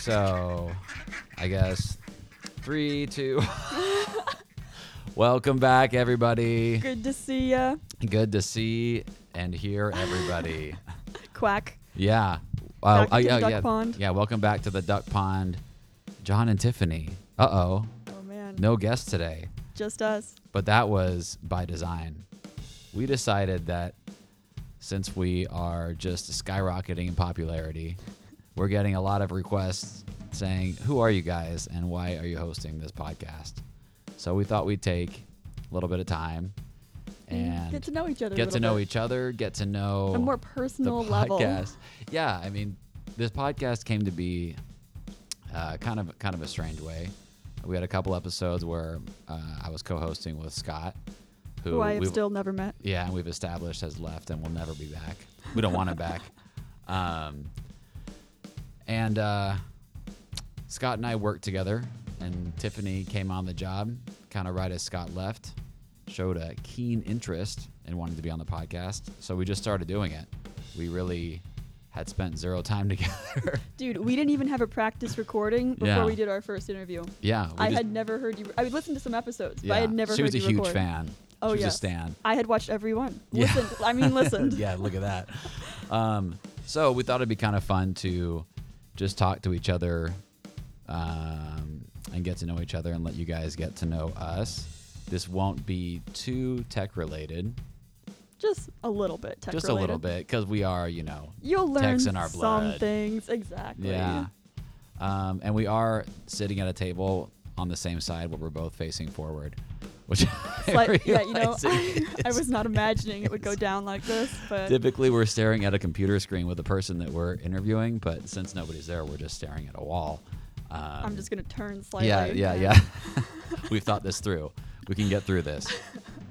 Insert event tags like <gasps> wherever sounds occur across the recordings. So, I guess three, two. <laughs> Welcome back, everybody. Good to see ya. Good to see and hear <laughs> everybody. Quack. Yeah. Oh, Back to the yeah, duck yeah. pond. Yeah, welcome back to the duck pond. John and Tiffany. Uh oh. Oh man. No guest today, Just us. but that was by design. We decided that since we are just skyrocketing in popularity, we're getting a lot of requests saying, Who are you guys and why are you hosting this podcast? So we thought we'd take a little bit of time and get to know each other. a get to little know bit. each other, get to know A more the personal level. podcast. Yeah, I mean, this podcast came to be uh, kind of kind of a strange way. We had a couple episodes where uh, I was co-hosting with Scott, who, Who I have we've- still never met. yeah, and we've established has left and will never be back. We don't want him <laughs> back. Um, and uh, Scott and I worked together, and Tiffany came on the job kind of right as Scott left, showed a keen interest and wanted to be on the podcast. So we just started doing it. We really had spent zero time <laughs> together. Dude, we didn't even have a practice recording before Yeah. we did our first interview. yeah, we I just- had never heard you. I would listen to some episodes, but I yeah. had never She heard was a you huge record. fan. Oh, she was a yes. stan. I had watched every one. <laughs> Yeah. Listened. I mean, <laughs> listened. yeah, look at that. Um, so we thought it'd be kind of fun to just talk to each other um, and get to know each other and let you guys get to know us. This won't be too tech related, Just a little bit. Tech just a related. little bit, because we are, you know, You'll learn Tech's in our some blood. things. Exactly. yeah. <laughs> Um, and we are sitting at a table on the same side where we're both facing forward, which <laughs> I Slight- yeah, you know, <laughs> realize I, it I is- was not imagining it <laughs> would go down like this, but Typically, we're staring at a computer screen with the person that we're interviewing, but since nobody's there, we're just staring at a wall. Um, I'm just gonna turn slightly. yeah, yeah, and- yeah. <laughs> We've thought this through. We can get through this.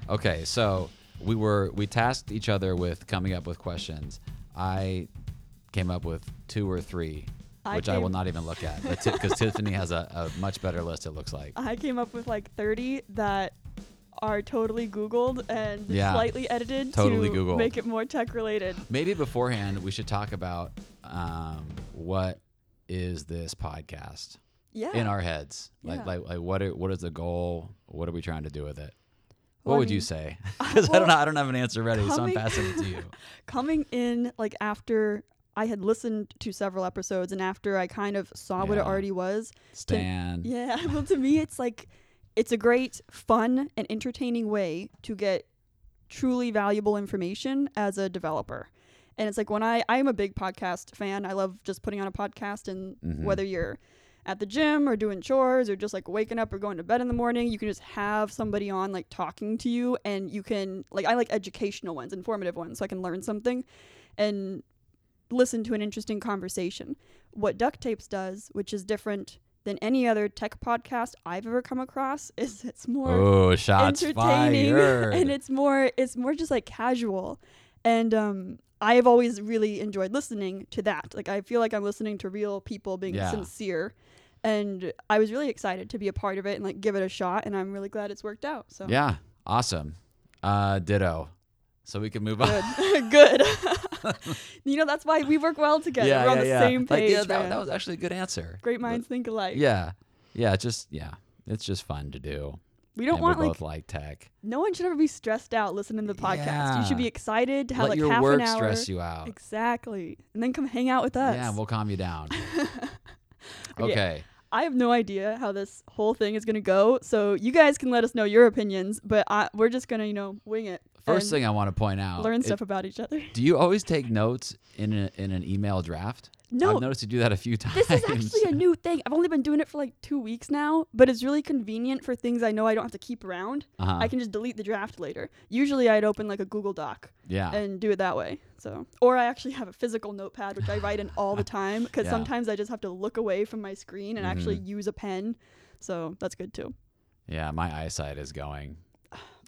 Okay, so we were we tasked each other with coming up with questions. I came up with two or three, I which I will came- not even look at, because Tiffany has a, a much better list. It looks like. I came up with like 30 that are totally Googled and Yeah. slightly edited Totally to Googled. make it more tech related. Maybe beforehand, we should talk about um, what is this podcast. Yeah. in our heads. Like, Oh. Yeah. like, like what are, what is the goal? What are we trying to do with it? What Well, I would you mean, <laughs> say? <laughs> Because I don't well, know. I don't have an answer ready, so I'm coming- passing it to <laughs> you. Coming in like after I had listened to several episodes and after I kind of saw what Yeah. it already was. Stan. Yeah. <laughs> Well, to me, it's like it's a great, fun, and entertaining way to get truly valuable information as a developer. And it's like when I I am a big podcast fan. I love just putting on a podcast and Mhm. whether you're at the gym or doing chores or just like waking up or going to bed in the morning, you can just have somebody on like talking to you and you can like I like educational ones, informative ones so I can learn something and listen to an interesting conversation. What Duct Tapes does, which is different than any other tech podcast I've ever come across, <laughs> is it's more Oh, shots entertaining <laughs> fired. and it's more it's more just like casual and um i've always really enjoyed listening to that like i feel like i'm listening to real people being Yeah. sincere and i was really excited to be a part of it and like give it a shot and i'm really glad it's worked out so yeah, awesome. Uh, ditto. So we can move on. <laughs> good <laughs> good you know that's why we work well together yeah, we're on yeah, the yeah. same Like, page yeah, that, man. that was actually a good answer. great minds think alike Yeah, yeah. it's Just yeah, it's just fun to do. we don't and want we like both like tech. no one should ever be stressed out listening to the podcast you Yeah. should be excited to have Let like your half work an hour stress you out. Exactly. And then come hang out with us. Yeah, we'll calm you <laughs> down. Yeah. okay. I have no idea how this whole thing is going to go. So you guys can let us know your opinions, but I, we're just going to, you know, wing it. First and thing I want to point out. learn it- stuff about each <laughs> other. Do you always take notes in a, in an email draft? I've No, noticed you do that a few <laughs> times. this is actually a new thing. I've only been doing it for like two weeks now, but it's really convenient for things I know I don't have to keep around. <laughs> Uh-huh. I can just delete the draft later. Usually I'd open like a Google Doc yeah. and do it that way. So, or I actually have a physical notepad which I write in <laughs> all the time because Yeah. Mm-hmm. sometimes I just have to look away from my screen and actually use a pen. So that's good too. yeah, my eyesight is <sighs> going.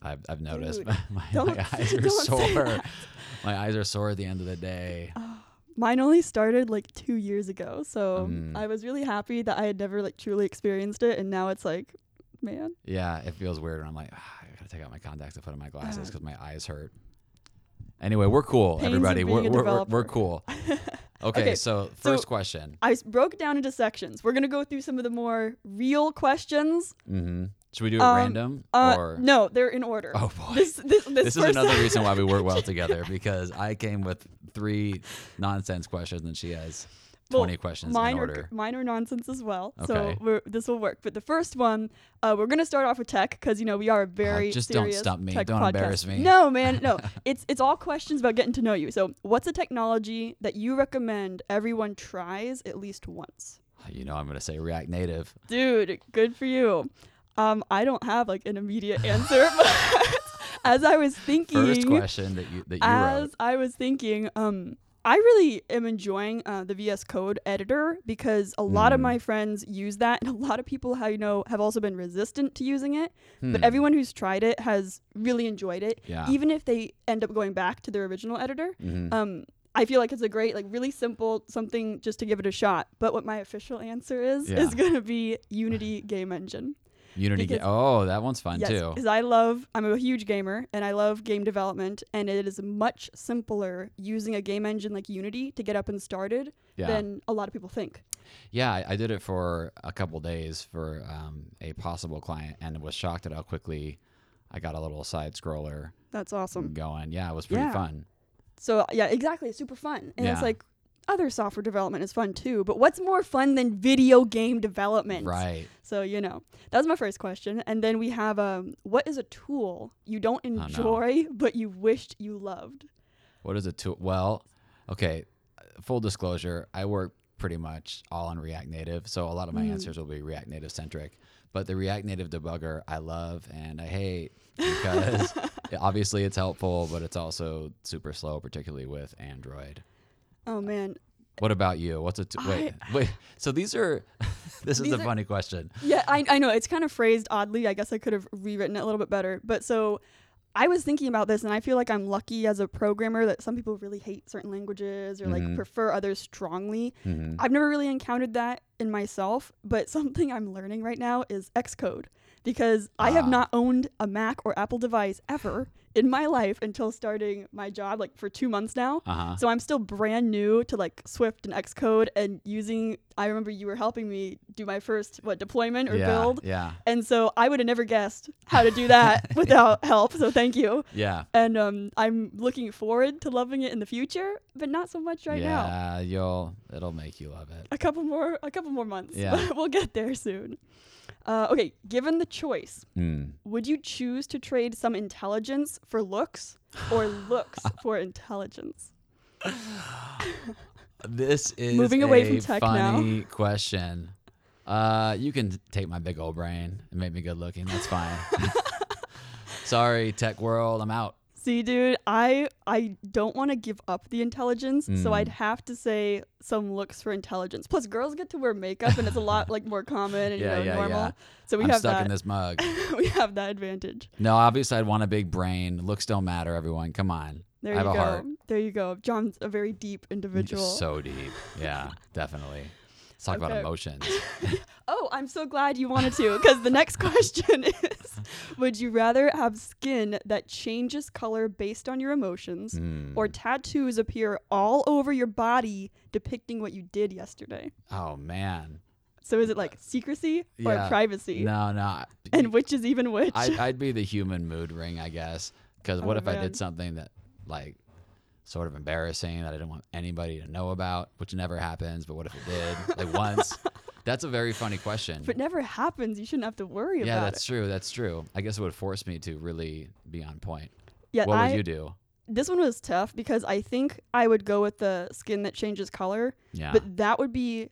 I've, I've noticed Dude, <laughs> my, don't- <laughs> my eyes are don't say sore. that. <laughs> My eyes are sore at the end of the day. Mine only started like two years ago, so Mm. I was really happy that I had never like truly experienced it, and now it's like, man, Yeah, it feels weird. And I'm like, "Ah, I got to take out my contacts and put on my glasses because my eyes hurt. Anyway, we're cool, Pains of everybody. We're, being a we're, we're, we're developer. cool. <laughs> Okay, Okay, so so- first question. I s- broke it down into sections. We're gonna go through some of the more real questions. hmm Should we do it Um, random Uh, or no, they're in order. Oh, boy. This <laughs> this this, this is another person- reason why we work well together because I came with three nonsense questions and she has Well, twenty questions mine in are, order. Mine are nonsense as well. Okay. So we're, this will work. But the first one, uh, we're gonna start off with tech because you know we are a very just don't serious stump me. tech Don't podcast. embarrass me. No, man, <laughs> no. it's it's all questions about getting to know you. So what's a technology that you recommend everyone tries at least once? You know I'm gonna say React Native. Dude, good for you. Um, I don't have like <laughs> an immediate answer, but <laughs> as I was thinking, First question that you that you as wrote. I was thinking, um, I really am enjoying uh, the VS Code editor because a lot of Mm. my friends use that, and a lot of people, how you know, have also been resistant to using it. But Hmm. everyone who's tried it has really enjoyed it, Yeah. even if they end up going back to their original editor. Mhm. Um, I feel like it's a great, like, really simple something just to give it a shot. But what my official answer is Yeah. is going to <sighs> be Unity Game Engine. Unity. Ga- because- oh, that one's fun too. Because I love, I'm a huge gamer and I love game development, and it is much simpler using a game engine like Unity to get up and started Yeah. than a lot of people think. Yeah, I, I did it for a couple days for um, a possible client and was shocked at how quickly I got a little side scroller That's awesome. going. Yeah, it was pretty Yeah. fun. So, yeah, exactly. It's super fun. And Yeah. it's like, other software development is fun too, but what's more fun than video game development? Right. So, you know, that was my first question. And then we have um, what is a tool you don't no. enjoy, but you wished you loved? What is a tool? Well, okay. Full disclosure, I work pretty much all on React Native, so a lot of my Mm-hmm. answers will be React Native centric. But the React Native debugger, I love and I hate <laughs> because obviously it's helpful, but it's also super slow, particularly with Android. Oh, man. What about you? What's a t- wait? Wait. So these are. <laughs> this is These a are- funny question. Yeah, I, I know. It's kind of phrased oddly. I guess I could have rewritten it a little bit better. But so I was thinking about this, and I feel like I'm lucky as a programmer that some people really hate certain languages or like Mhm. prefer others strongly. Mhm. I've never really encountered that in myself, but <laughs> something I'm learning right now is Xcode because I have Ah. not owned a Mac or Apple device ever in my life until starting my job, like for two months now. Uh huh. So I'm still brand new to like Swift and Xcode and using. I remember you were helping me do my first what deployment or yeah, build, Yeah. and so I would have never guessed how to do <laughs> that without help. So thank you. Yeah. And um, I'm looking forward to loving it in the future, but not so much right now. yeah. You'll. It'll make you love it. A couple more, a couple more months. Yeah. but <laughs> we'll get there soon. Uh, okay, given the choice, Mm. would you choose to trade some intelligence for looks, or <laughs> looks for intelligence? This is Moving away a from tech now. funny question. Uh, you can take my big old brain and make me good looking. That's <laughs> fine. Sorry, tech world. I'm out. See, dude, I I don't want to give up the intelligence, so Mm. I'd have to say some looks for intelligence. Plus, girls get to wear makeup, and it's a lot like more common and Yeah, you know yeah, normal. yeah. So we I'm have stuck in that. this mug. <laughs> we have that advantage. No, obviously I'd want a big brain. Looks don't matter. Everyone, come on. There I have you a go. heart. There you go. John's a very deep individual. So deep. Yeah, definitely. Let's talk about Okay. emotions. oh, I'm so glad you wanted to, because the next <laughs> <laughs> question is: Would you rather have skin that changes color based on your emotions, Mm. or tattoos appear all over your body depicting what you did yesterday? oh man. So is it like secrecy Yeah. or privacy? No, no. And which is even which? <laughs> I, I'd be the human mood ring, I guess. Because what Oh, if I man. did something that, like, sort of embarrassing that I didn't want anybody to know about, which never happens. But what if it did, like once? <laughs> That's a very funny question. if it never happens, you shouldn't have to worry yeah, about that's it. true. That's true. I guess it would force me to really be on point. Yeah, What I, would you do? this one was tough because I think I would go with the skin that changes color, Yeah. but that would be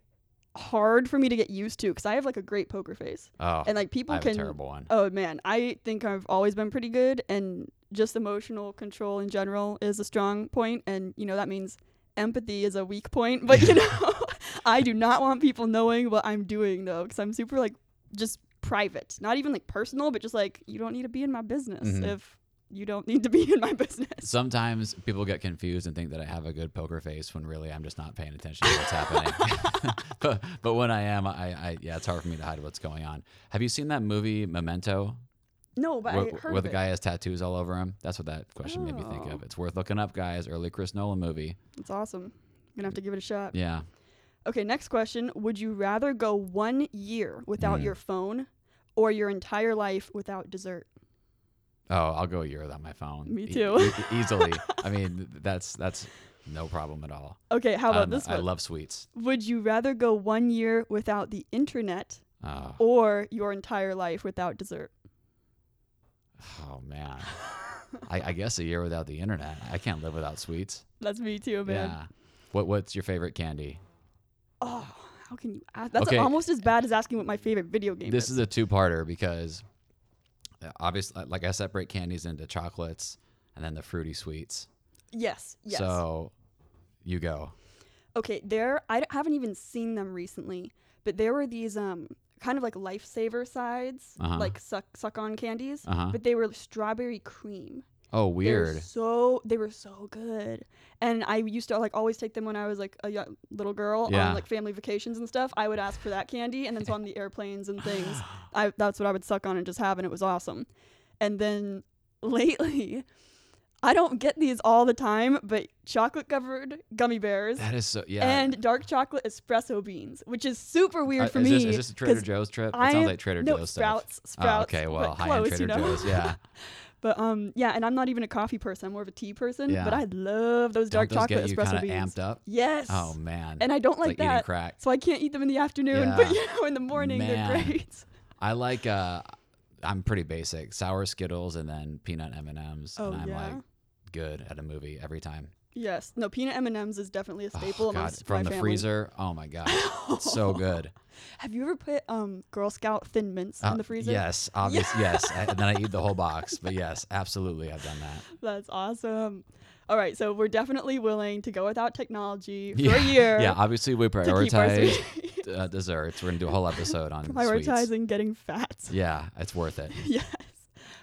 hard for me to get used to because I have like a great poker face, oh, and like people I have can. a terrible one. Oh man, I think I've always been pretty good, and just emotional control in general is a strong point, and you know that means empathy is a weak point. But you know, <laughs> I do not want people knowing what I'm doing though, because I'm super like just private, not even like personal, but just like you don't need to be in my business Mhm. if you don't need to be in my <laughs> business. Sometimes people get confused and think that I have a good poker face when really I'm just not paying attention to what's happening. <laughs> but, but when I am, I, I yeah, it's hard for me to hide what's going on. Have you seen that movie Memento, No, but where, I heard where of the it. guy has tattoos all over him? That's what that question made me think Oh. of. It's worth looking up, guys. Early Chris Nolan movie. It's awesome. gonna have to give it a shot. Yeah. Okay, next question. Would you rather go one year without Mm. your phone or your entire life without dessert? Oh, I'll go a year without my phone. Me E- too. e- <laughs> easily. I mean, th- that's that's no problem at all. Okay, how about Um, this I one? love sweets. Would you rather go one year without the internet Oh, or your entire life without dessert? oh <laughs> man. I, I guess a year without the internet. I can't live without sweets. That's me too, man. Yeah. What what's your favorite candy? Oh, how can you ask? That's Okay. almost as bad as asking what my favorite video game This is. is a two-parter because obviously like I separate candies into chocolates and then the fruity sweets. yes, yes. So you go. Okay, there I d- haven't even seen them recently, but there were these um kind of like lifesaver sides, Uh-huh. like suck suck on candies, Uh-huh. but they were strawberry cream. Oh, They were weird. so they were so good, and I used to like always take them when I was like a young, little girl Yeah. on like family vacations and stuff. I would ask for that candy, and then so on the airplanes and <gasps> things, <gasps> I that's what I would suck on and just have, and it was awesome. And then <laughs> lately. I don't get these all the time, but chocolate covered gummy bears That is so yeah. and dark chocolate espresso beans, which is super weird Uh, for is me. This, is this a Trader 'cause Joe's trip? It I sounds am- like Trader no, Joe's stuff. Sprouts, Oh, Sprouts. okay, well, but high end close, Trader you know? Joe's, yeah. But um, yeah, and I'm not even a coffee person. I'm more of a tea person. Yeah. But I love those <laughs> dark Don't those chocolate get you espresso kinda beans. amped up. Yes. Oh man, and I don't It's like, eating that, crack. so I can't eat them in the afternoon. Yeah. But <laughs> you know, in the morning they're Man. great. <laughs> I like. uh I'm pretty basic. Sour Skittles and then peanut M and M's, Oh and I'm yeah. like good at a movie every time. yes. No, peanut M and M's is definitely a Oh, staple God, amongst from my the family. freezer. Oh my god, it's <laughs> so good. Have you ever put um Girl Scout Thin Mints Uh, in the freezer? Yes, obvious. <laughs> Yes, I- and then I eat the whole box. But yes, absolutely, I've done that. That's awesome. All right, so we're definitely willing to go without technology <laughs> for yeah, a year. Yeah, obviously we to keep our prioritize sweet- uh, desserts. We're gonna do a whole episode <laughs> on prioritizing sweets. getting fat. Yeah, it's worth it. <laughs> yes.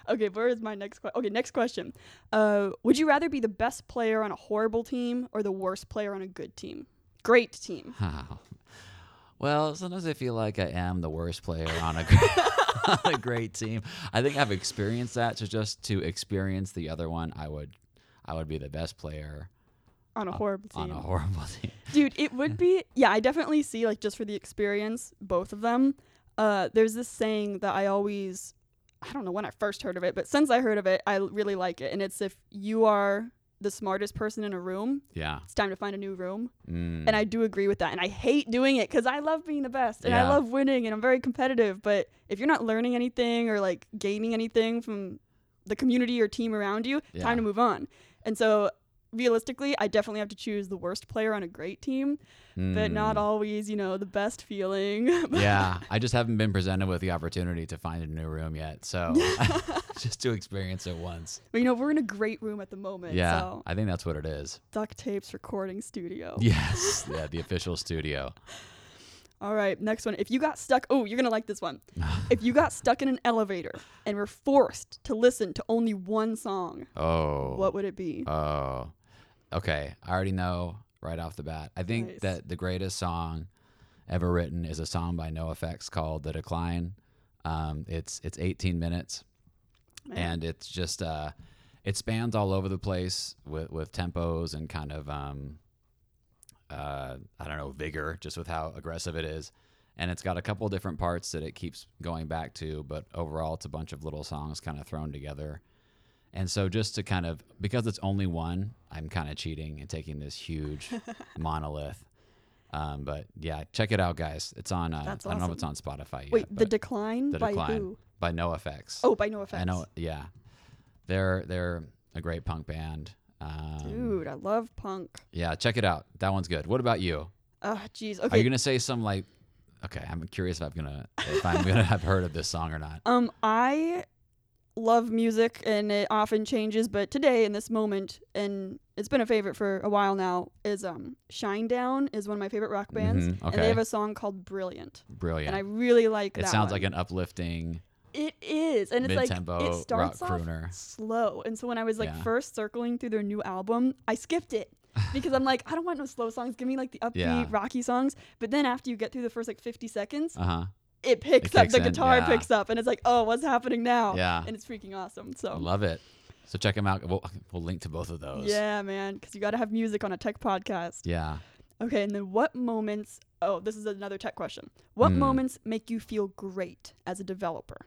Okay, where is my next question? Okay, next question. Uh, would you rather be the best player on a horrible team or the worst player on a good team? Great team. Oh. Well, sometimes I feel like I am the worst player on a, gr- <laughs> on a great team. I think I've experienced that. So just to experience the other one, I would, I would be the best player On a horrible team. on a horrible <laughs> team. Dude, it <laughs> would be. Yeah, I definitely see, like, just for the experience, both of them. Uh, there's this saying that I always. I don't know when I first heard of it, but since I heard of it, I l- really like it. And it's if you are the smartest person in a room, Yeah. it's time to find a new room. Mm. and I do agree with that. And I hate doing it because I love being the best and I Yeah. love winning and I'm very competitive. But if you're not learning anything or like gaining anything from the community or team around you, Yeah. time to move on. And so realistically, I definitely have to choose the worst player on a great team, but not Mm. always, you know, the best feeling. <laughs> Yeah, I just haven't been presented with the opportunity to find a new room yet. <laughs> So <laughs> just to experience it once. but you know, we're in a great room at the moment. Yeah, So I think that's what it is. duct tapes recording studio. Yes. Yeah, the official studio. <laughs> All right, next one. If you got stuck, oh, you're going to like <sighs> this one. if you got stuck in an elevator and were forced to listen to only one song, Oh. what would it be? Oh, okay. I already know right off the bat. I think Nice. that the greatest song ever written is a song by No Effects called "The Decline." Um, it's it's 18 minutes, Man. and it's just uh, it spans all over the place with with tempos and kind of um, uh, I don't know vigor, just with how aggressive it is. And it's got a couple different parts that it keeps going back to, but overall, it's a bunch of little songs kind of thrown together. And so just to kind of because it's only one, I'm kind of cheating and taking this <laughs> huge monolith. Um, but yeah, check it out, guys. It's on. Uh, That's I don't know if awesome. it's on Spotify yet. Wait, The but Decline The by Decline. who? by No Effects. Oh, by No Effects. I know. Yeah, they're they're a great punk band. Um, Dude, I love punk. Yeah, check it out. That one's good. What about you? Ah, jeez. Are Okay. you gonna say some like? Okay, I'm curious if I'm gonna if I'm gonna have heard of this song or not. um, I love music and it often changes, but today in this moment, and it's been a favorite for a while now, is um, Shine Down is one of my favorite rock bands, Mhm, and they okay. have a song called Brilliant, Brilliant. and I really like it that. sounds one. like an uplifting It is, and it's like mid-tempo it starts rock off crooner. slow. And so when I was like Yeah. first circling through their new album, I skipped it because I'm like, I don't want no slow songs. Give me like the upbeat, Yeah. rocky songs. But then after you get through the first like 50 seconds, Uh huh. it picks It up. kicks The in, guitar yeah. picks up, and it's like, oh, what's happening now? Yeah. and it's freaking awesome. So Love it. So check them out. We'll, we'll link to both of those. yeah, man, because you got to have music on a tech podcast. Yeah. Okay, and then what moments? Oh, this is another tech question. What Mm. moments make you feel great as a developer?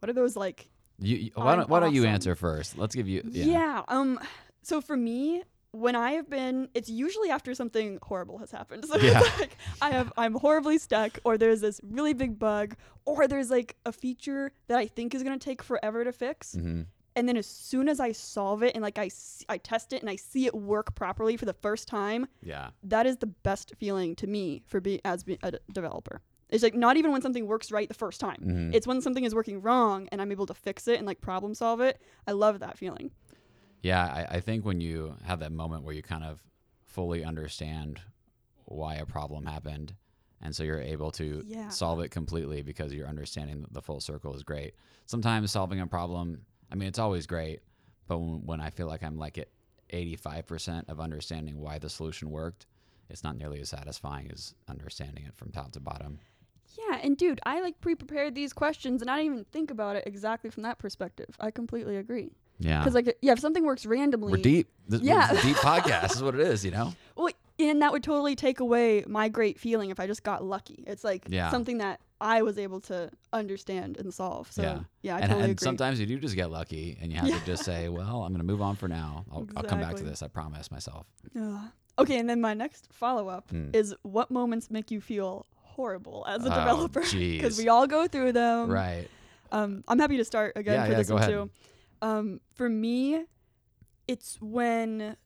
What are those like? You, you- why I'm don't why don't you Oh, awesome. answer first? Let's give you Yeah. yeah. Um. So for me, when I have been, it's usually after something horrible has happened. <laughs> So Yeah. it's like I have, I'm horribly stuck, or there's this really big bug, or there's like a feature that I think is gonna take forever to fix, hmm and then as soon as I solve it and like I, s- I test it and I see it work properly for the first time, Yeah. that is the best feeling to me for being as be- a d- developer. It's like not even when something works right the first time. Mhm. It's when something is working wrong and I'm able to fix it and like problem solve it. I love that feeling. Yeah, I, I think when you have that moment where you kind of fully understand why a problem happened, and so you're able to Yeah. solve it completely because you're understanding the full circle is great. Sometimes solving a problem, I mean, it's always great, but when, when I feel like I'm like at 85% of understanding why the solution worked, it's not nearly as satisfying as understanding it from top to bottom. Yeah, and dude, I like pre-prepared these questions and I didn't even think about it exactly from that perspective. I completely agree. Yeah. Because like yeah, if something works randomly, We're deep. This, yeah. Yeah. <laughs> deep podcast is what it is, you know? well, and that would totally take away my great feeling if I just got lucky. It's like Yeah. something that I was able to understand and solve. So Yeah. yeah, I and, totally and agree. sometimes you do just get lucky and you have to Yeah. <laughs> just say, well, I'm going to move on for now. I'll, I'll come back to Exactly. this. I promise myself. Ugh. Okay, and then my next follow up Mm. is what moments make you feel horrible as a Oh, developer? <laughs> jeez. Because we all go through them. right. Um, I'm happy to start again Yeah, for yeah, this go one ahead. too. Um, for me, it's when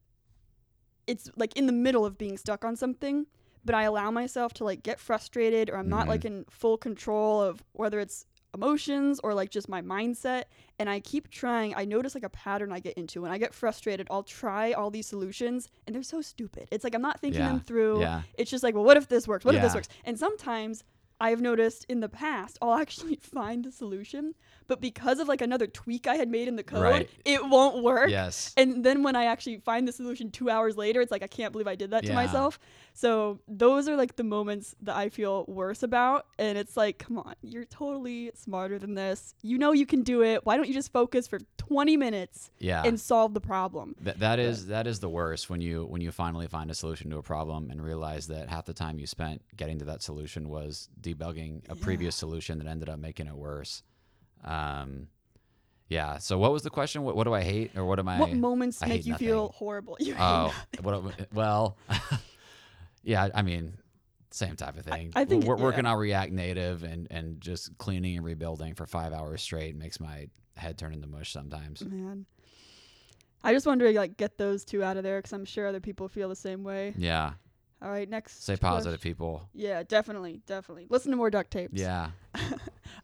it's like in the middle of being stuck on something, but I allow myself to like get frustrated or I'm not Mhm. like in full control of whether it's emotions or like just my mindset and I keep trying I notice like a pattern I get into when I get frustrated I'll try all these solutions and they're so stupid it's like I'm not thinking Yeah, them through yeah. it's just like well what if this works what if this Yeah. works and sometimes I've noticed in the past, I'll <laughs> actually find a solution, but because of like another tweak I had made in the code, Right. it won't work. Yes. And then when I actually find the solution two hours later, it's like, I can't believe I did that Yeah. to myself. So those are like the moments that I feel worse about. And it's like, come on, you're totally smarter than this. You know you can do it. Why don't you just focus for 20 minutes Yeah. and solve the problem? Th- that is that is the worst when you when you finally find a solution to a problem and realize that half the time you spent getting to that solution was debugging a previous solution that ended up making it worse. Um, yeah. So what was the question? What, what do I hate or what am I? what moments I make hate you feel horrible? <laughs> You hate Oh, what, well, <laughs> yeah. I mean, same type of thing. I think- we're working yeah. on React Native and and just cleaning and rebuilding for five hours straight makes my head turn into mush sometimes. Man. I just wanted to like get those two out of there because I'm sure other people feel the same way. Yeah. All right, next. Stay quest- positive, people. Yeah, definitely, definitely. Listen to more duct tapes. Yeah.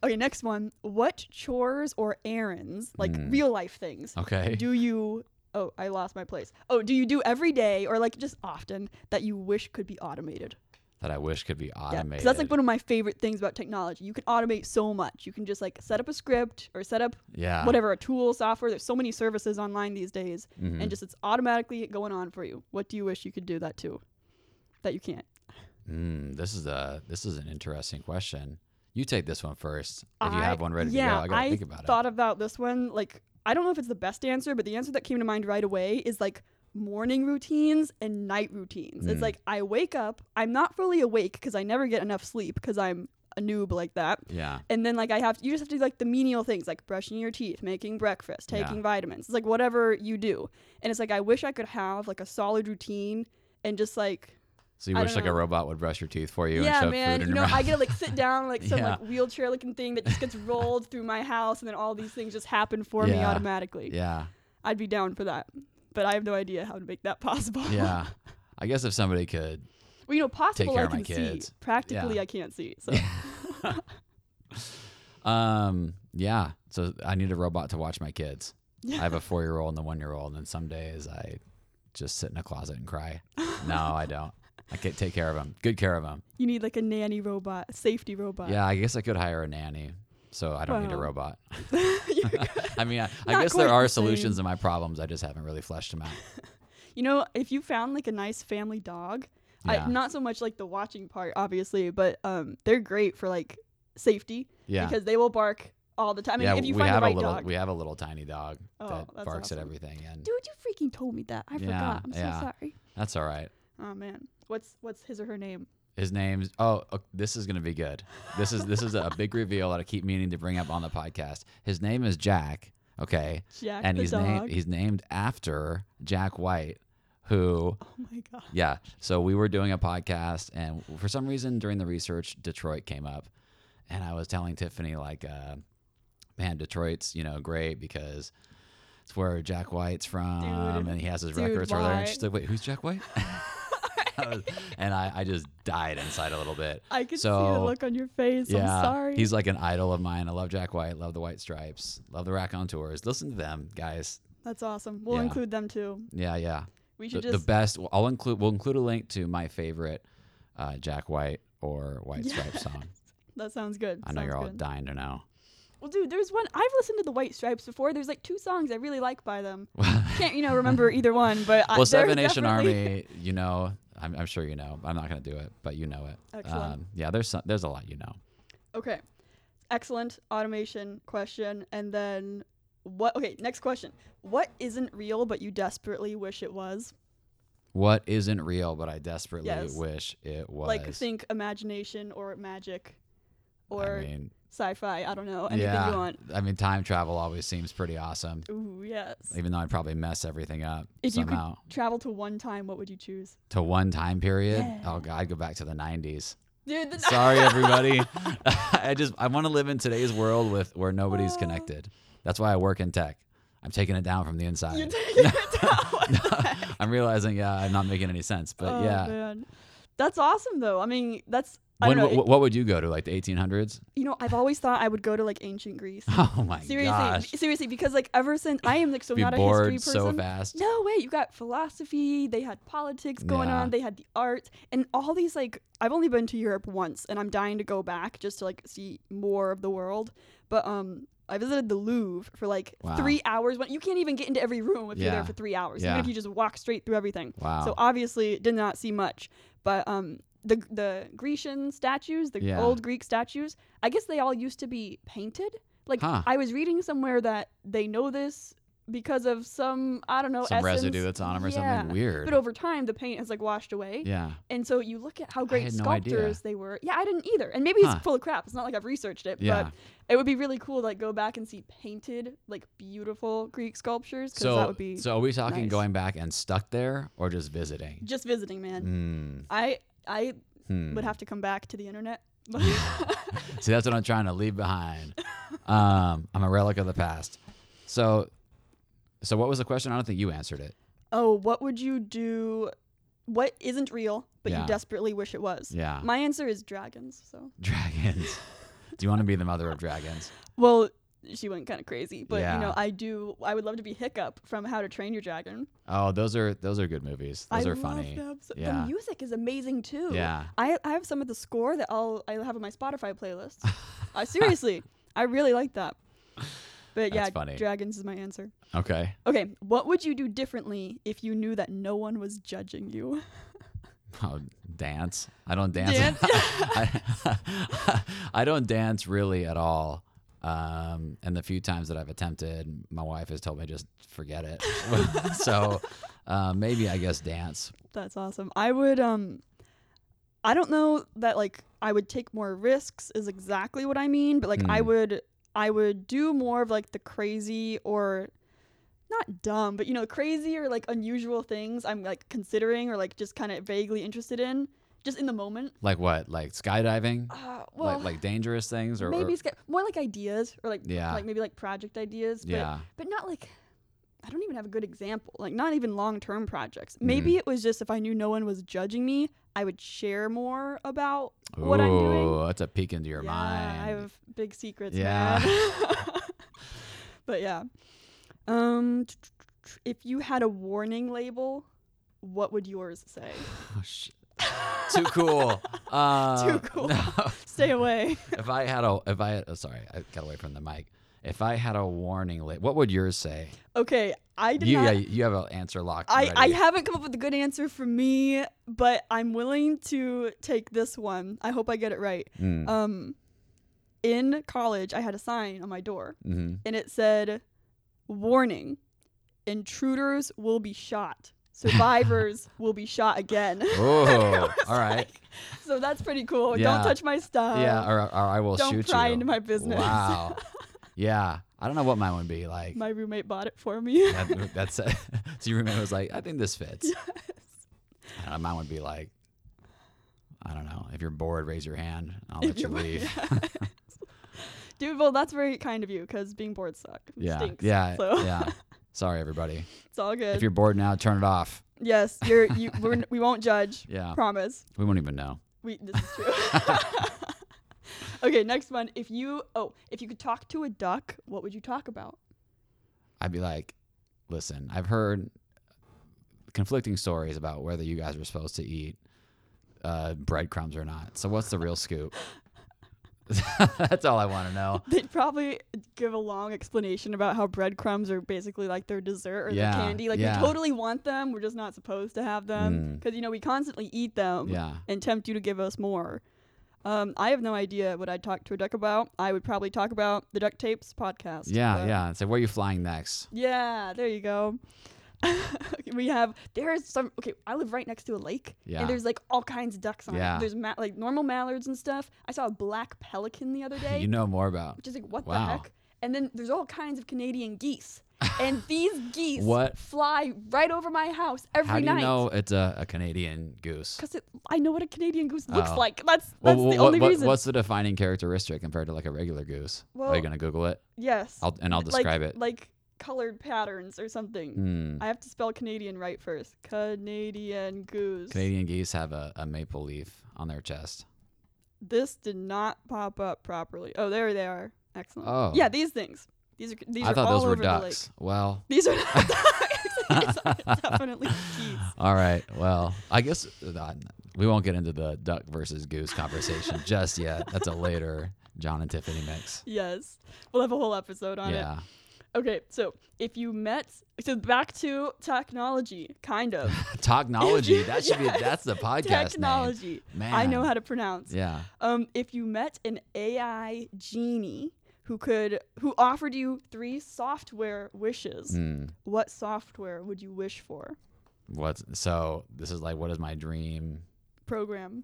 Okay, next one. What chores or errands, like Mm. real life things, Okay. do you? Oh, I lost my place. Oh, do you do every day or like just often that you wish could be automated? <laughs> that I wish could be Yeah, automated. 'cause that's like one of my favorite things about technology. You can automate so much. You can just like set up a script or set up yeah. whatever a tool, software. There's so many services online these days, Mhm. and just it's automatically going on for you. What do you wish you could do that too, that you can't? Mm, this is a this is an interesting question. You take this one first. If you I- have one ready yeah, to go, I gotta think about thought about this one. Like, I don't know if it's the best answer, but the answer that came to mind right away is like morning routines and night routines. Mm. It's like I wake up, I'm not fully awake because I never get enough sleep because I'm a noob like that. it. Yeah. And then like I have you just have to do like the menial things like brushing your teeth, making breakfast, Yeah. taking vitamins. It's like whatever you do. And it's like I wish I could have like a solid routine and just like So you I wish don't like a know. robot would brush your teeth for you and yeah, shove man. food in your You know, mouth. I get to like sit <laughs> down like some Yeah. like wheelchair looking thing that <laughs> just gets rolled through my house, and then all these things just happen for me Yeah. <laughs> automatically. yeah. I'd be down for that, but I have no idea how to make that <laughs> possible. Yeah. I guess if somebody could well, you know, possible care I of my can see. kids. Practically, Yeah. I can't see. So Um, yeah. So I need a robot to watch my kids. I Yeah. have a <laughs> four year old and a one year old, and some days I just sit in a closet and cry. No, I don't. I can take care of them. Good care of them. <laughs> you need like a nanny robot, a safety robot. <laughs> Yeah, I guess I could hire a nanny, so I don't need a Wow. <laughs> robot. <laughs> You're good. I mean, I, I Not guess there quite are the solutions to my problems. I just haven't really fleshed them out. <laughs> You know, if you found like a nice family dog, Yeah. I, not so much like the watching part, obviously, but um, they're great for like safety Yeah. because they will bark all the time. I mean, yeah, if you we find have the right a little dog, we have a little tiny dog Oh, that that's barks awesome. at everything and Dude, you freaking told me that. I Yeah, forgot. I'm yeah. so sorry. that's all right. Oh man. What's what's his or her name? His name's oh, uh, this is gonna be good. This is this is a big reveal that I keep meaning to bring up on the podcast. His name is Jack. Okay, Jack and the he's dog. named he's named after Jack White, who <laughs> oh my god. yeah. So we were doing a podcast, and for some reason during the research, Detroit came up, and I was telling Tiffany like, uh, man, Detroit's you know great because. It's where Jack White's from, Dude. and he has his Dude, records over there. And why? she's like, "Wait, who's Jack White?" <laughs> I was- and I, I just died inside a little <laughs> bit. I could see the So, look on your face. I'm sorry. He's like an idol of mine. I love Jack White. Love the White Stripes. Love the Raconteurs. Listen to them, guys. That's awesome. We'll Yeah. include them too. Yeah, yeah. We The, should the just best. I'll include. We'll include a link to my favorite uh, Jack White or <laughs> White Yes. Stripes song. that sounds good. I know Sounds you're all good. dying to know. <laughs> Well, dude, there's one I've listened to the White Stripes before. There's like two songs I really like <laughs> by them. Can't you know remember either one, but I, well, they're Seven Nation Uh, definitely- <laughs> Army. You know, I'm, I'm sure you know. I'm not gonna do it, but you know it. Um, Excellent. yeah, there's some, there's a lot you know. Okay, excellent automation question, and then what? Okay, next question. What isn't real but you desperately wish it was? What isn't real, but I desperately Yes. wish it was. Like think imagination or magic, or I mean, sci-fi. I don't know anything yeah. you want. I mean, time travel always seems pretty awesome, Ooh yes. even though I'd probably mess everything up If you could- somehow. Travel to one time. What would you choose? To one time period. Yeah. Oh God, I'd go back to the '90s. Dude, the <laughs> Sorry, everybody. <laughs> I just I want to live in today's world with where nobody's Oh. connected. That's why I work in tech. I'm taking it down from the inside. <laughs> You're taking it <laughs> down. What the <laughs> heck? I'm realizing, yeah, I'm not making any sense. But Oh, yeah, man. that's awesome though. I mean, that's I when don't know. w- it- what would you go to? Like the 1800s? you know, I've always thought I would go to like ancient Greece. <laughs> Oh my seriously, gosh, seriously, because like ever since I am like so be not a history bored person. so fast. No way, you got philosophy, they had politics going Yeah. on, they had the art, and all these like I've only been to Europe once and I'm dying to go back just to like see more of the world. But um I visited the Louvre for like Wow. three hours. When you can't even get into every room if you're there Yeah. for three hours, Yeah. even if you just walk straight through everything. Wow. So obviously did not see much, but um the the Grecian statues, the Yeah. old Greek statues, I guess they all used to be painted. Like Huh. I was reading somewhere that they know this because of some I don't know Some essence. residue that's on them or Yeah. something weird. But over time, the paint has like washed away, yeah. and so you look at how had great no idea. sculptors they were. Yeah, I didn't either, and maybe Huh. it's full of crap. It's not like I've researched it, Yeah. but it would be really cool to like go back and see painted, like beautiful Greek sculptures, because So, that would be so are we talking nice. going back and stuck there or just visiting? just visiting, man. Mm, I I hmm. would have to come back to the internet. <laughs> See, that's what I'm trying to leave behind. Um, I'm a relic of the past. So, so what was the question? I don't think you answered it. oh, what would you do? What isn't real, but Yeah. you desperately wish it was? Yeah, My answer is dragons. So, dragons. Do you want to be the mother of dragons? well, she went kind of crazy, but Yeah. you know, I do. I would love to be Hiccup from How to Train Your Dragon. Oh, those are those are good movies. Those I are love funny. them so- Yeah. The music is amazing too. Yeah. I, I have some of the score that I'll I have in my Spotify playlist. uh, <laughs> seriously, I really like that. But yeah, That's funny. dragons is my answer. Okay. Okay, what would you do differently if you knew that no one was judging you? Oh, dance. I don't dance. Dance? <laughs> I, <laughs> I don't dance really at all. Um, and the few times that I've attempted, my wife has told me just forget it. <laughs> so uh, maybe I guess dance. That's awesome. I would um I don't know that like I would take more risks is exactly what I mean, but like I Mm. would I would do more of like the crazy or not dumb, but you know, crazy or like unusual things I'm like considering or like just kind of vaguely interested in just in the moment. Like what? Like skydiving? Uh, well, like, like dangerous things or, or- maybe it's got- more like ideas or like Yeah. like maybe like project ideas, but yeah. but not like I don't even have a good example. Like not even long-term projects. Mm. Maybe it was just if I knew no one was judging me, I would share more about what I'm doing. Ooh, that's a peek into your yeah, mind. I have big secrets, Yeah. man. <laughs> but yeah. Um if you had a warning label, what would yours say? <laughs> Oh, <laughs> shit. Too cool. Uh, <laughs> Too cool. no. <laughs> Stay away. if I had a, if I, had, oh, sorry, I got away from the mic. If I had a warning label, what would yours say? Okay, I did You, not yeah, you have an answer locked. I, I already. haven't come up with a good answer for me, but I'm willing to take this one. I hope I get it right. Mm, Um, in college, I had a sign on my door, <laughs> mhm. and it said, "Warning: Intruders will be shot." <laughs> survivors will be shot again. <laughs> Oh, all right. so that's pretty cool. Yeah. Don't touch my stuff. yeah, or, or I will Uh, Don't shoot pry you. into my business. <laughs> Wow. yeah. I don't know what mine would be like. My roommate bought it for <laughs> me. That- that's <laughs> so your roommate was like, I think this fits. I don't know, mine would be like, I don't know. If you're bored, raise your hand. and I'll let you you're- leave. <laughs> Dude, well, that's very kind of you because being bored suck. Yeah, Stinks. yeah, So yeah. Sorry, everybody. it's all good. If you're bored now, turn it off. yes, you're, you, we're, n- we won't judge. <laughs> Yeah, Promise. we won't even know. We, this is true. <laughs> okay, next one. If you, oh, if you could talk to a duck, what would you talk about? <laughs> I'd be like, listen, I've heard conflicting stories about whether you guys were supposed to eat uh, breadcrumbs or not. So what's the real scoop? <laughs> That's all I want to <laughs> know. They'd probably give a long explanation about how breadcrumbs are basically like their dessert or Yeah, their candy. Like yeah. Mm. we totally want them, we're just not supposed to have them because you know we constantly eat them Yeah. and tempt you to give us more. Um, I have no idea what I'd talk to a duck about. I would probably talk about the Duck Tapes podcast. Yeah, but- yeah. So where are you flying next? Yeah, there you go. <laughs> we have there is some okay. I live right next to a lake, Yeah. and there's like all kinds of ducks on Yeah. it. There's ma- like normal mallards and stuff. I saw a black pelican the other day <laughs> You know more about. which is like what Wow. the heck and then there's all kinds of canadian geese <laughs> and these geese What? fly right over my house every How do you night know it's a, a Canadian goose? because i know what a canadian goose looks Oh. like that's Well, that's well, the what- only what- reason What's the defining characteristic compared to like a regular goose? Are Well, you gonna Google it? yes I'll, and I'll like, describe it. like colored patterns or something Hmm. i have to spell canadian right first canadian goose Canadian geese have a, a maple leaf on their chest. this did not pop up properly oh there they are excellent Oh. yeah these things these are these I are thought all those were over the lake ducks. Well, these are <laughs> not ducks <laughs> These are definitely geese all right. Well, I guess uh, we won't get into the duck versus goose <laughs> conversation just yet. That's a later John and Tiffany mix. Yes. We'll have a whole episode on Yeah. it. Okay, so if you met so back to technology, kind <laughs> of. Technology. That should <laughs> Yes. be. That's the podcast name. technology. I know Man. how to pronounce. Yeah. Um if you met an AI genie who could who offered you three software wishes, Hmm. what software would you wish for? What's so? This is like, what is my dream? <sighs> Program.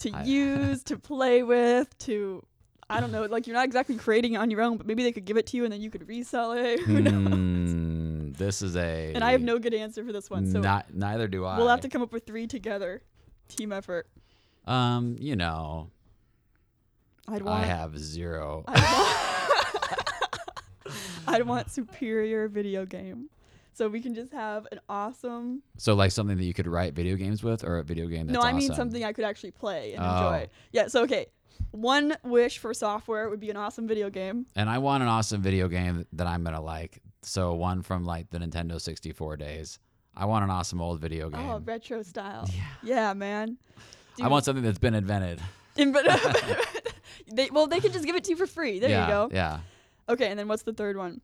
To I- <laughs> use, to play with, to I don't know, like you're not exactly creating it on your own, but maybe they could give it to you and then you could resell it. <laughs> Who Mm, knows? Hmm, This is a. <laughs> And I have no good answer for this one. So Not, neither do I. we'll have to come up with three together. Team effort. Um, you know, I'd want. I have zero. I'd want superior video game. So we can just have an awesome. So like something that you could write video games with, or a video game that's no, I mean awesome? something I could actually play and Oh. enjoy. Yeah. So okay, one wish for software would be an awesome video game. And I want an awesome video game that I'm gonna like. So one from like the Nintendo 64 days. I want an awesome old video game. Oh, retro style. Yeah, man. I want something that's been invented. Dude, <laughs> but- <laughs> they, well, they could just give it to you for free. There yeah, you go. Yeah. Okay, and then what's the third one?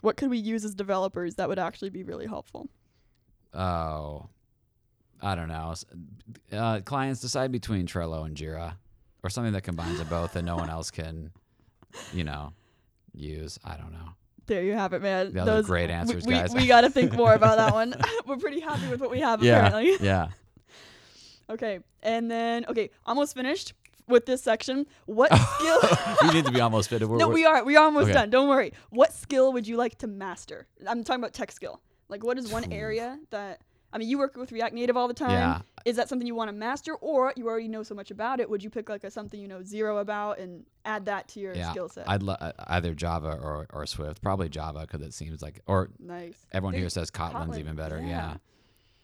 What could we use as developers that would actually be really helpful? Oh, I don't know. S- Uh, clients decide between Trello and Jira, or something that combines them both, and no one else can, you know, use. I don't know. There you have it, man. Those are great answers, we, guys. We, got to think more <laughs> about that one. <laughs> We're pretty happy with what we have, apparently. <laughs> Yeah. Okay, and then okay, almost finished with this section. <laughs> What skill? we need to be almost fitted. We're, <laughs> no, we're- we are. We are almost Okay. done. Don't worry. What skill would you like to master? I'm talking about tech skill. Like, what is one area that? I mean, you work with React Native all the time. Yeah. Is that something you want to master, or you already know so much about it? Would you pick like a something you know zero about and add that to your yeah. skill set? I'd lo- uh, either Java or, or Swift. Probably Java because it seems like, or nice. everyone There- here says Kotlin's Kotlin, even better. Yeah. yeah.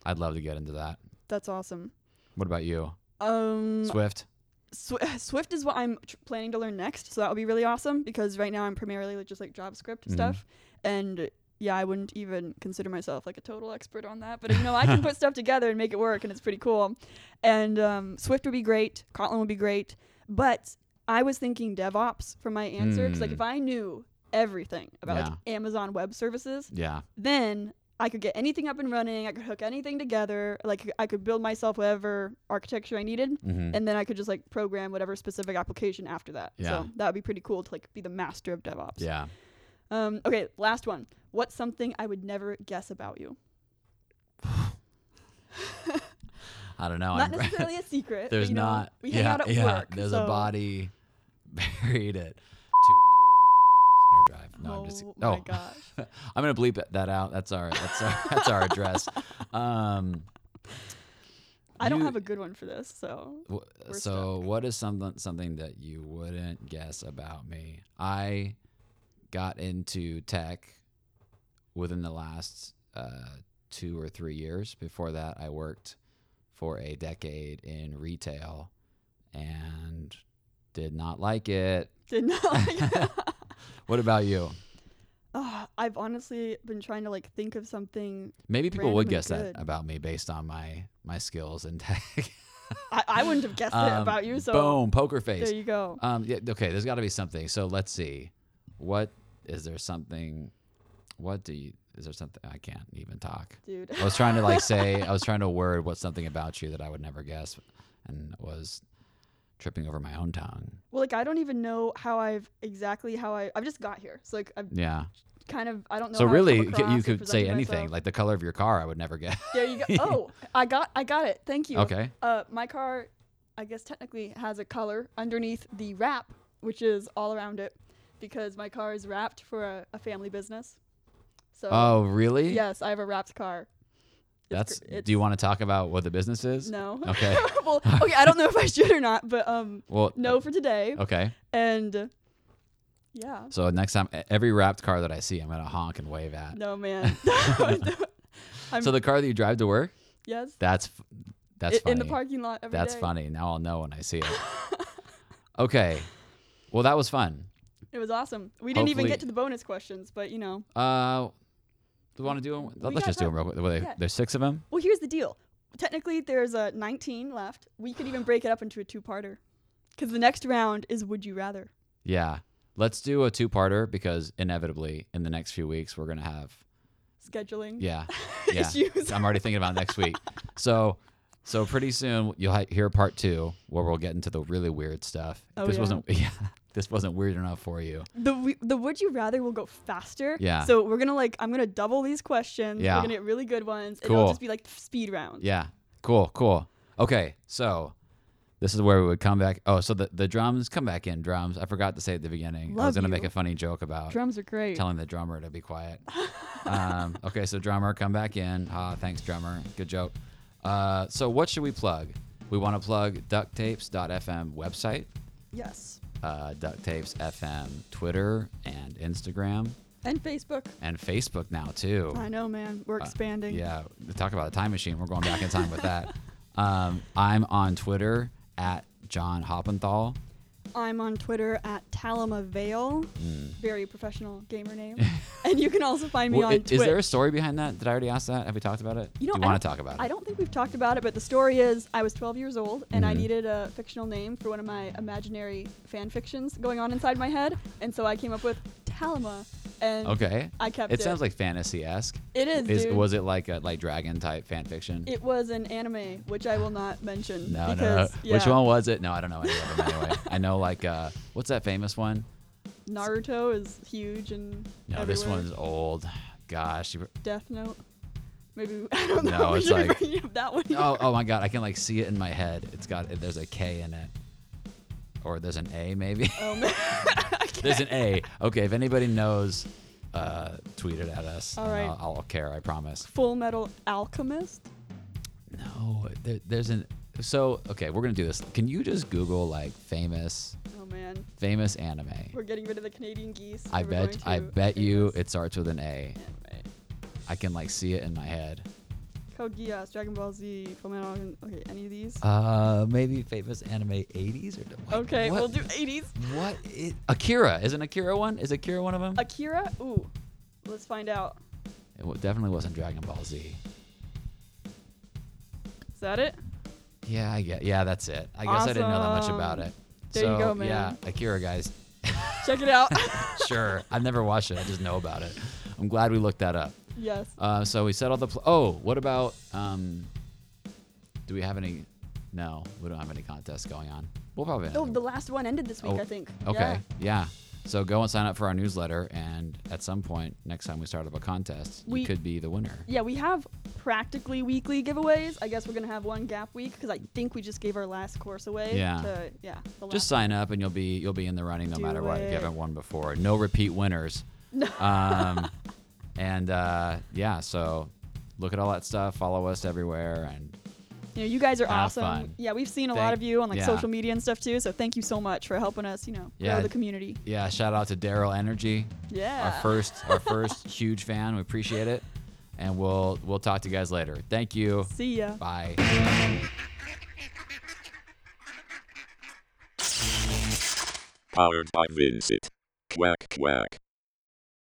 I'd love to get into that. That's awesome. What about you? Um, Swift? Sw- <sighs> Swift is what I'm tr- planning to learn next, so that would be really awesome because right now I'm primarily like, just like JavaScript stuff, and yeah, I wouldn't even consider myself like a total expert on that, but you know I can put stuff together and make it work, and it's pretty cool. And um, Swift would be great, Kotlin would be great, but I was thinking DevOps for my answer because like Mm. if I knew everything about like Amazon Web Services, Yeah. then I could get anything up and running, I could hook anything together, like I could build myself whatever architecture I needed hmm and then I could just like program whatever specific application after that. Yeah. So that would be pretty cool to like be the master of DevOps. Yeah. Um, okay, last one. What's something I would never guess about you? I don't know. Not I'm- <laughs> necessarily a secret. but, there's Uh, you know, not. We yeah, hang out at yeah. work. There's so- a body <laughs> buried at 200 Center Drive. No, I'm just. Oh my Oh, <laughs> gosh. I'm gonna bleep that- that out. That's our. That's our. that's our <laughs> address. Um. I don't you- have a good one for this, so <laughs> W- We're so what is something something that you wouldn't guess about me? I got into tech within the last uh, two or three years. Before that, I worked for a decade in retail and did not like it. did not. <laughs> Like, <laughs> What about you? Ah, I've honestly been trying to like think of something. Maybe people would Random and guess good. that about me based on my my skills in <laughs> tech. I, I wouldn't have guessed it Um, about you, so boom, poker face. there you go. Um, yeah, okay, there's got to be something. So let's see. What is there something? What do you? Is there something? I can't even talk. Dude. <laughs> I was trying to like say. I was trying to word what's something about you that I would never guess, and was tripping over my own tongue. Well, like I don't even know how I've exactly how I I've just got here. So like I've Yeah. kind of I don't know. so how I've come really, c- across you or could say presented anything. myself. Like the color of your car, I would never <laughs> guess. there you <laughs> go. Oh, I got I got it. Thank you. Okay. Uh, my car, I guess technically has a color underneath the wrap, which is all around it, because my car is wrapped for a, a family business. So Oh, really? yes, I have a wrapped car. That's. cr- do you want to talk about what the business is? No. <laughs> Okay. well, okay. I don't know if I should or not, but um, Well. no for today. Okay. And <laughs> yeah, So next time, e- every wrapped car that I see, I'm gonna honk and wave at. <laughs> no man. <laughs> I'm- So the car that you drive to work. yes. That's f- that's I- funny. in the parking lot every that's day. funny. Now I'll know when I see it. <laughs> okay. Well, that was fun. It was awesome. We didn't even Hopefully- get to the bonus questions, but you know. Uh, do we want to do them? We Let's got just do them time. real quick. Were they, Yeah. There's six of them. Well, here's the deal. Technically, there's uh, 19 left. We could even break it up into a two-parter, because the next round is "Would you rather." Yeah. Let's do a two-parter because inevitably in the next few weeks we're gonna have Scheduling <laughs> yeah yeah. issues. I'm already thinking about next week. So so pretty soon you'll hi- hear part two where we'll get into the really weird stuff. Oh, this yeah. wasn't <laughs> yeah this wasn't weird enough for you. the we- the "Would you rather" will go faster. Yeah. So we're gonna like I'm gonna double these questions. Yeah. We're gonna get really good ones. And Cool. It'll just be like speed round. Yeah. Cool. Cool. Okay. So this is where we would come back. Oh, so the, the drums come back in drums. I forgot to say at the beginning. I was Love gonna make you. a funny joke about Drums are great. telling the drummer to be <laughs> quiet. um, okay. So drummer, come back in. Ah, thanks, drummer. Good joke. Uh, so what should we plug? We want to plug ducktapes.fm website, yes. uh, ducktapes.fm Twitter and Instagram And Facebook. and Facebook now too. I know, man. We're expanding. Uh, Yeah, talk about a time machine. We're going back in time with <laughs> that. Um, I'm on Twitter at John Hoppenthal. I'm on Twitter at Talama Vale. Hmm. Very professional <laughs> gamer name. and you can also find me Well, on i- is Twitter. there a story behind that? Did I already ask that? Have we talked about it? You know, Do I you want to don't- talk about I it? don't think we've talked about it, but the story is I was 12 years old and Hmm. I needed a fictional name for one of my imaginary fan fictions going on inside my head, and so I came up with Talama. And Okay. I kept it. it. sounds like fantasy esque. It is, dude. Was it like a like dragon type fan fiction? it was an anime, which I will not mention no, no, no. because Which yeah, one was it? No, I don't know any of them anyway. <laughs> I know like uh, what's that famous one? Naruto is huge and No, everywhere. this one's old. Gosh. you- Death Note. Maybe <laughs> I don't know. No, we it's should be like- bringing up that one. <laughs> <laughs> Oh, oh my God! I can like see it in my head. It's got there's a K in it, or there's an A maybe. Oh, man. There's an <laughs> A. Okay, if anybody knows, uh, tweet it at us. All and right. I'll, I'll care. I promise. Full Metal Alchemist. No, there, there's an. So okay, we're gonna do this. Can you just Google like famous Oh man, famous anime? we're getting rid of the Canadian geese. I and we're bet going I to bet you famous it starts with an A. anime. I can like see it in my head. Code Geass, Dragon Ball Z, Full Metal. Alchemist- Okay, any of these? Uh, maybe famous anime 80s or wait, okay, what, we'll do 80s. what? Is, Akira is an Akira one? Is Akira one of them? Akira. Ooh, let's find out. It wa- definitely wasn't Dragon Ball Z. Is that it? Yeah, I get. Yeah, that's it. I guess I didn't know that much Awesome. about it. There you so, go, man. Yeah, Akira, guys. Check <laughs> it out. <laughs> sure, I've never watched it. I just know about it. I'm glad we looked that up. yes. Uh, so we settled the. Pl- oh, what about? Um, do we have any? No, we don't have any contests going on. We'll probably. Oh, the last one ended this week, Oh, I think. Okay. Yeah. So go and sign up for our newsletter, and at some point next time we start up a contest, We- you could be the winner. Yeah, we have practically weekly giveaways. I guess we're gonna have one gap week because I think we just gave our last course away. Yeah. To, yeah. The Just last. sign up, and you'll be you'll be in the running no Do matter what. If it. you haven't won before, no repeat winners. <laughs> um, and uh, yeah, so look at all that stuff. Follow us everywhere, and You know, you guys are have awesome. fun. Yeah, we've seen a lot Thank- of you on like yeah. social media and stuff too. So thank you so much for helping us. You know, Yeah. grow the community. yeah, shout out to Daryl Energy, Yeah. our first our first <laughs> huge fan. We appreciate it, and we'll we'll talk to you guys later. Thank you. See ya. Bye. Powered by Vincent. Quack, quack.